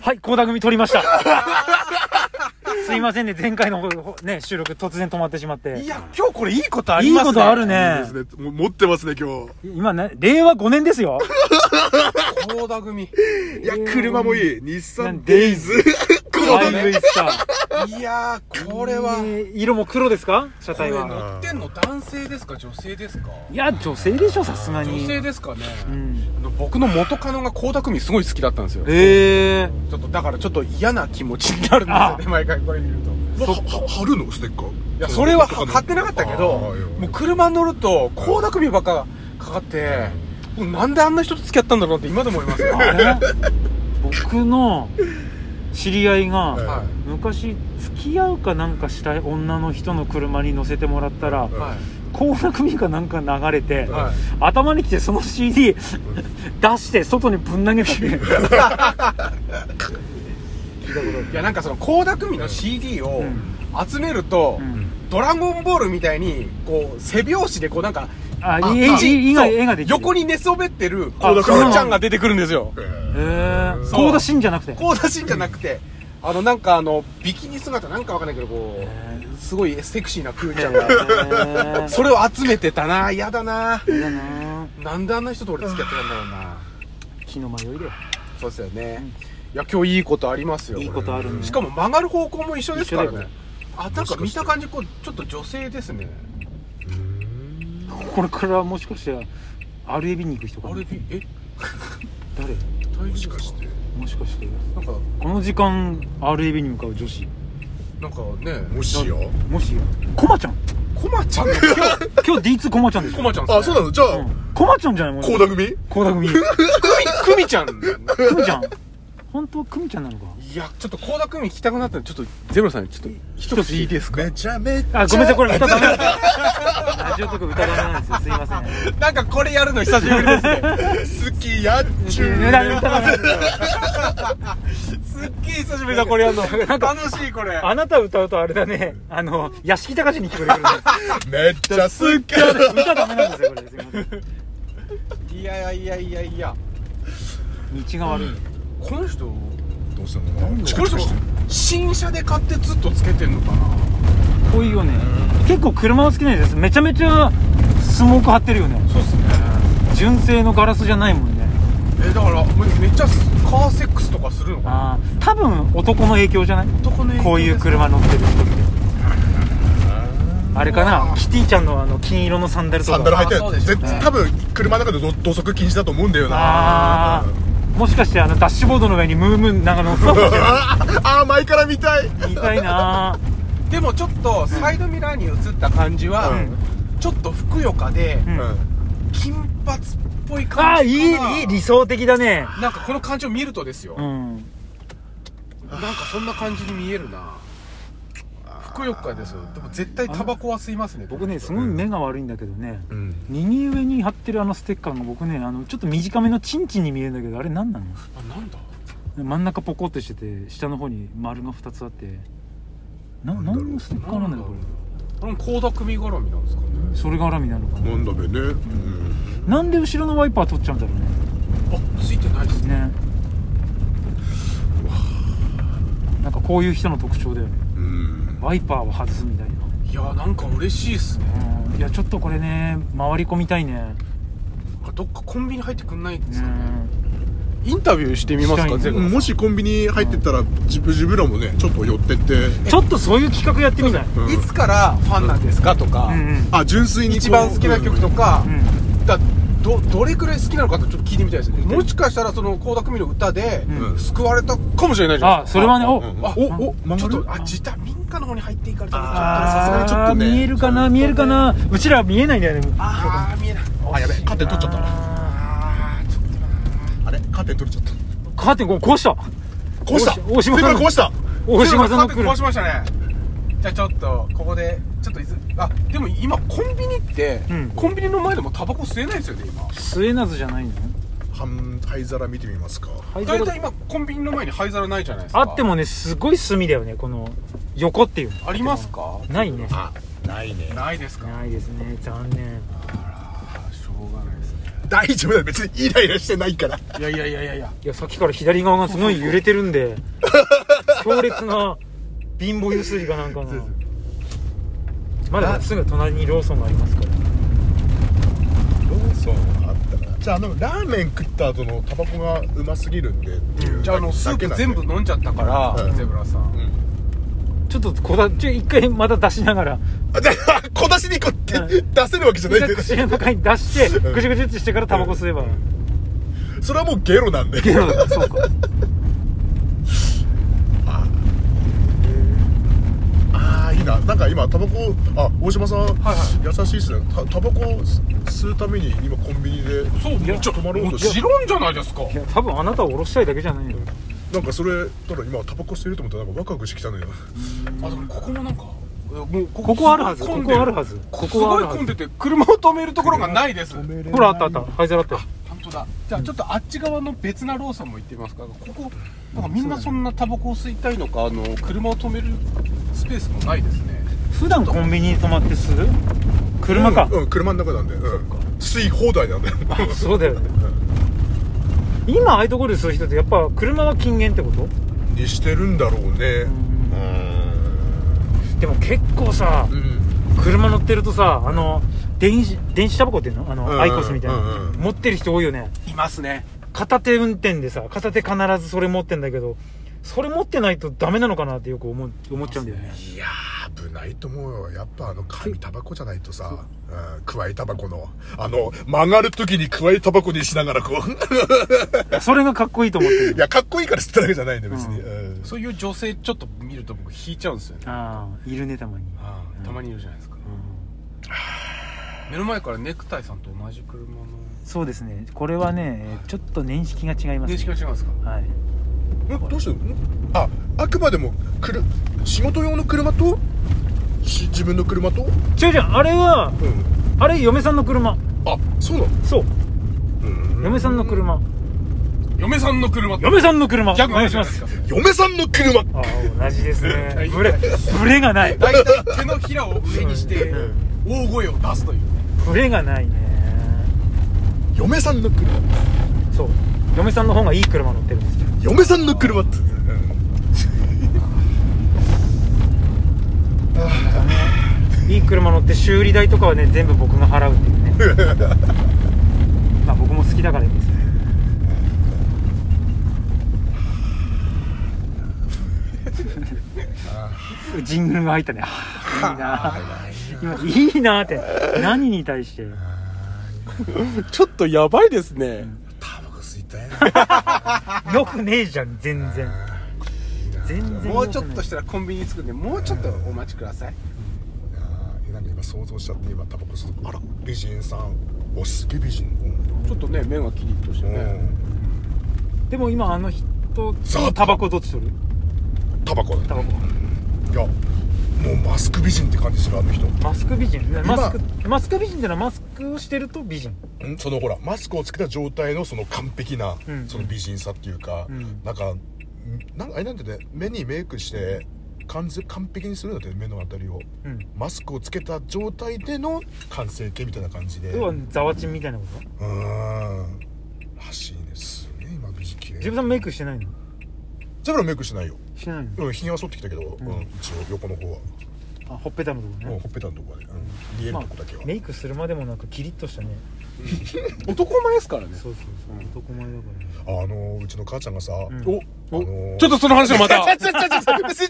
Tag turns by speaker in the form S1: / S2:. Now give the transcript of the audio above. S1: はい、高田組取りました。 すいませんね、前回のほね、収録突然止まってしまって
S2: い。や、今日これいいことありますね。
S1: いいことあるね
S3: いいですね。も持ってますね、今日。
S1: 今ね、令和5年ですよ。
S2: 高田組。
S3: いや、車もいい。日産デイズ。こ
S1: ワイ
S3: の
S1: ウェイスター
S2: いやー、これ
S1: え
S2: は。
S1: ー色も黒ですか車
S2: これ
S1: 体は。
S2: 乗ってんの男性ですか女性ですか
S1: いや、女性でしょ、さすが
S2: 女
S1: に。
S2: 性ですかね。
S1: うん。
S2: 僕の元カノが高田組すごい好きだったんですよ。
S1: ええ
S2: ちょっと、だからちょっと嫌な気持ちになるんですよね、毎回これ見ると。
S3: はは貼るのステッカー。
S2: いや、それは買ってなかったけど、
S3: あーいやいや
S2: もう車乗ると、高田組ばっかかかって、もうなんであんな人と付き合ったんだろうって今でも思いま すよ。
S1: あれ僕の知り合いが、
S2: は
S1: 昔、付き合うかなんかしたい女の人の車に乗せてもらったら
S2: い。、はい。
S1: 高田組かなんか流れて、
S2: はい。
S1: 頭にきてその CD 出して外にぶん投げたっていう
S2: いやなんかその倖田來未の CD を
S1: うん
S2: 集めると、
S1: うん
S2: ドラゴンボールみたいにこう背拍子でこうなんか
S1: あ
S2: あ
S1: 絵
S2: あ
S1: 絵絵が
S2: そう
S1: 絵ができてる
S2: 横に寝そべってる
S1: あ
S2: 倖田來
S1: そうなの
S2: 未ちゃんが出てくるんですよ
S3: え
S1: へ
S3: ー
S1: え
S2: そう
S1: 高田真じゃなくて
S2: 倖田真じゃなくてあのなんかあのビキニ姿なんかわかんないけどこ
S1: へ
S2: うすごいセクシーなクーちゃん
S1: へ ー
S2: がそれを集めてたな嫌だな
S1: そうだな
S2: なんであんな人と俺付き合ってたんだろうな
S1: 気の迷いだよ
S2: そうですよねいや今日いいことありますよ
S1: いい
S2: これ
S1: ことあるね
S2: しかも曲がる方向も一緒ですから
S1: 一緒だよ
S2: ねあなんか見た感じこうちょっと女性ですね
S1: これからもしかして RAB に行く人か
S2: あ
S1: な
S2: れえ
S1: 誰
S2: 体
S3: もし
S2: 重
S3: か
S2: か
S3: して、
S1: もしかして
S2: なんか
S1: この時間 RAB に向かう女子
S2: なんかね
S3: もしよ。
S1: もしコマちゃん
S2: コマちゃんの
S1: 今日 D2 コマちゃんでしょ
S2: コマちゃん
S3: あ、そうな
S2: の
S3: のじゃあ、
S1: うんコマちゃんじゃないもん
S3: 高田組
S1: 高田組
S2: クミクミちゃん
S1: クミちゃん本当はクミちゃんなのか
S2: いやちょっと倖田組聞きたくなったんでちょっとゼブラさんちょっと一ついいですか
S3: めちゃめちゃ。
S1: あ、ごめんなさい、これ歌ダメなんですよ。ラジオとか歌ダメなんですよ。すいません。
S2: なんかこれやるの久しぶりですね
S3: 好きやっちゅう。
S1: ラジオ歌ダメなんですよ。
S2: すっげえ久しぶりだこれやるの楽しいこれ
S1: あなた歌うとあれだね、あの、屋敷隆に聞こえてくるね。
S3: めっちゃ好きや。
S1: 歌ダメなんですよ、これ。すいません。
S2: いやいやいやいや
S1: 道が悪い。
S2: この人こ
S3: どうしたのチク
S2: の
S3: チ
S2: 人
S3: クしてる。
S2: 新車で買ってずっとつけてんのかな
S1: こういうよね。結構車は好きなんです。めちゃめちゃスモーク張ってるよね。
S2: そうっすね
S1: 純正のガラスじゃないもんね。
S2: えだからめっちゃカーセックスとかするのかな
S1: ああ、多分男の影響じゃない
S2: 男の影響です
S1: こういう車乗ってる人って。あれか
S2: う
S1: な
S2: わ
S1: キティちゃんのあの金色のサンダルとか。
S3: サンダル履いて
S2: あそうで
S3: る。
S2: しょ
S3: 絶対多分、車の中でど土足禁止だと思うんだよな。
S1: あーもしかしてあのダッシュボードの上にムームーン長野み
S3: あー、前から見たい。
S1: たいな
S2: でもちょっとサイドミラーに映った感じは、
S3: うん
S2: ちょっとふくよかで、
S1: うん
S2: 金髪っぽい
S1: ああ
S2: 感
S1: い
S2: じ
S1: い
S2: かない
S1: い理想的だね
S2: なんかこの感じを見るとですよ、
S1: うん
S2: なんかそんな感じに見えるなふくよかですよでも絶対タバコは吸いますね
S1: 僕ねすごい目が悪いんだけどね
S3: うん。
S1: 右上に貼ってるあのステッカーが僕ねあのちょっと短めのチンチンに見えるんだけどあれ何なの
S2: あなんだ
S1: 真ん中ポコってしてて下の方に丸が2つあってな
S3: なんだろう
S1: 何のステッカーなんだよこ
S2: これも倖田來未絡みなんですかね
S1: れそれが絡みなのかな
S3: なんだべね。うん。
S1: なんで後ろのワイパー取っちゃうんだろ
S2: あついてないです
S1: う
S2: ね
S1: ねねなんかこういう人の特徴だよね
S3: うん。
S1: ワイパーを外すみたいな、
S2: いやなんか嬉しいっすね
S1: うん、いやちょっとこれね回り込みたいね
S2: なんかどっかコンビニ入ってくんないんで
S1: う
S2: すかね、
S1: ん
S2: インタビューしてみま
S1: した
S2: すか
S1: いね
S2: ゼブラさん
S3: もしコンビニ入ってったら、自分自分らもね、ちょっと寄ってって。
S1: ちょっとそういう企画やってみない
S3: うん
S2: いつからファンなんですかとか、
S1: うんうん
S3: あ、純粋にこう。
S2: 一番好きな曲とか、
S1: うん
S2: だどどれくらい好きなのかってちょっと聞いてみたいですねもしかしたらその倖田來未の歌で、
S1: うん
S2: 救われたかもしれないじゃない
S1: あ
S2: です
S1: そ
S2: か
S1: れはねお
S3: うん
S2: あ
S3: お
S1: あ
S3: お曲がる
S2: ちょっとあ自宅民家の方に入っていかれたらちょっとさすが
S1: あー
S3: と
S2: にちょっと
S3: ね
S1: 見えるかな見えるかなうちら見えないんだよね
S2: ああ見えない
S3: あ、やべえ、カーテン取っちゃったな。
S2: あーちょっとな
S3: あれカーテン取れちゃった。
S1: カーテンこう壊した
S3: 壊した
S1: 大島さん
S3: 全部壊した
S1: 大島さんの
S2: カーテン
S1: 車
S2: 壊しましたねじゃあちょっとここでちょっといずあでも今コンビニって、
S1: うん
S2: コンビニの前でもタバコ吸えないですよね今
S1: 末なずじゃないの
S3: 半灰皿見てみますか。
S1: 灰
S2: 大
S1: 皿
S2: 体今コンビニの前に灰皿ないじゃないですか
S1: あってもねすごい隅だよねこの横っていうの
S2: ありますか
S1: ないね
S3: あ、ないね。
S2: ないですか
S1: ないですね残念
S2: あらしょうがないですね
S3: 大丈夫だよ別にイライラしてないから
S2: いやいやいやいやいや
S1: いや、さっきから左側がすごい揺れてるん で、強烈な貧乏ゆすりがなんかな。まだすぐ隣にローソンがありますから。
S3: ローソンあったからじゃああのラーメン食った後のタバコがうますぎるんでっていう
S2: じゃああのス
S3: だ
S2: ー
S3: け
S2: プ
S3: なんで
S2: 全部飲んじゃったから、
S3: うん
S2: ゼブラさん
S3: うん
S1: ちょっとこだ、ちょ、一回また出しながら、
S3: あじゃあ小出しにこうやって
S1: う
S3: 出せるわけじゃないんだよ
S1: 口の中に出して、
S3: うん
S1: ぐちゅぐちゅってしてからタバコ吸えば。
S3: それはもうゲロなんで
S1: ゲロだ、そうか。
S3: ああいいななんか今タバコあ大島さん、
S2: はい
S3: 優しいっすねたタバコ吸うために今コンビニで
S2: そう
S1: いや
S3: ちょっと止まろうと
S2: もち
S3: し
S2: ろんじゃないですか
S1: いや、多分あなたを下ろしたいだけじゃないよ。
S3: なんかそれただ今タバコ吸えると思ったらなんかワクワクしてきたのよ
S2: あでもここもなんかえもうこ
S1: ここあるはず、
S2: すご
S1: こ
S2: い混んで
S1: こあるはず。こ
S2: す
S1: こはあ
S2: ごい
S1: るは
S2: 混ん
S1: ず。
S2: でて車を止めるところがないです
S1: ほら、あったあった。灰皿あったよ。
S2: 本当だじゃあちょっとあっち側の別なローソンも行ってみますかここなんかみんなそんなタバコを吸いたいのかあの車を止めるスペースもないですね
S1: 普段コンビニに泊まって吸う車か
S3: う。ん、うん車の中なんで、うん、吸い放題なんだよ
S1: そうだよね。今、ああいうところで吸う人って、やっぱ車は禁煙ってこと
S3: にしてるんだろうね
S1: ん
S3: う
S1: でも結構さ、
S3: ーんうん
S1: 車乗ってるとさ、あの、電子、電子タバコっていうのあ
S3: うんう
S1: の、
S3: ん
S1: アイコスみたいな
S3: うんうん。
S1: 持ってる人多いよね。
S2: いますね
S1: 片手運転でさ、片手必ずそれ持ってんだけど、それ持ってないとダメなのかなってよく思う、思っちゃうんだよね。
S3: いやー危ないと思うよやっぱあの紙タバコじゃないとさ、うん、くわえタバコのあの曲がる時にくわえタバコにしながらこう
S1: いやそれがかっこいいと思ってる
S3: い。やかっこいいから吸ったわけじゃないんだよ別に、
S1: う
S3: うん
S2: そういう女性ちょっと見ると僕引いちゃうんですよね
S1: ああ、いるね、たまに。
S2: ああたまにいるじゃないですか目の前からネクタイさんと同じ車の
S1: そうですね。これはね、ちょっと年式が違います、ね。
S2: 認識が違うんですか
S1: はい。
S3: えどうしてんああくまでもくる仕事用の車とし自分の車と、うん、
S1: 違う違う、あれは、あれ嫁さんの車。
S3: あそうなの
S1: そう。
S3: うん
S1: 嫁さんの車。
S2: 嫁さんの車って
S1: 嫁さんの車。お
S2: ギャグ
S1: 願い
S2: じ
S1: し
S2: ゃ
S1: ま
S2: ないです
S1: す
S2: か。
S3: 嫁さんの車
S1: ああ、同じですね。
S2: 対
S1: ブレ、ブレがない。
S2: 大体手のひらを上にして大声を出すというね
S1: ブレがないね。
S3: 嫁さんの車
S1: そう。嫁さんの方がいい車乗ってるんですよ。
S3: 嫁さんの車って、うん
S1: いい車乗って修理代とかはね、全部僕が払うっていうね。まあ僕も好きだからいいですね。ジングルが入ったね。あーいいな今、いいなって。何に対して。
S2: ちょっとやばいですね
S3: タバコ吸い たいな
S1: よくねえじゃん、全然。全然。
S2: もうちょっとしたらコンビニ着くんでもうちょっとお待ちください
S3: あーなんか今想像しちゃって今タバコ吸うあら美人さんおすげえ美人、うん
S2: ちょっとね目がキリッとしてね
S3: う
S1: でも今あの人と
S3: ザー
S1: タバコどっち取る
S3: んタバコだ
S1: タバコ
S3: いやもうマスク美人って感じするあの人
S1: マスク美人マスクマスク美人ってのはマスクをしてると美人
S3: んそのほらマスクをつけた状態のその完璧な、
S1: うん
S3: その美人さっていうか、
S1: うん
S3: なんかんなんかあれなんてね目にメイクして完全完璧にするんだってね目のあたりを
S1: うん
S3: マスクをつけた状態での完成形みたいな感じで
S1: 要は
S3: う
S1: ザワチンみたいなこと
S3: ーんらしいねすげえ今美人綺麗
S1: 自分さんメイクしてないの
S3: ゼブラメイクしてないよ
S1: してないの
S3: うんひげは剃ってきたけど、うんん一応横の方は、
S1: あほっぺたのとこ
S3: うん、
S1: ね
S3: ほっぺたのとこはね、うん、見える
S1: ま
S3: とこだけは、
S1: あメイクするまでもなくキリッとしたね
S2: 男前ですからね
S1: そうそうそう男前だから
S3: あのうちの母ちゃんがさ、
S1: ん
S3: おあのー
S2: ちょっとその話をまた
S3: ちょちょちょちょ別に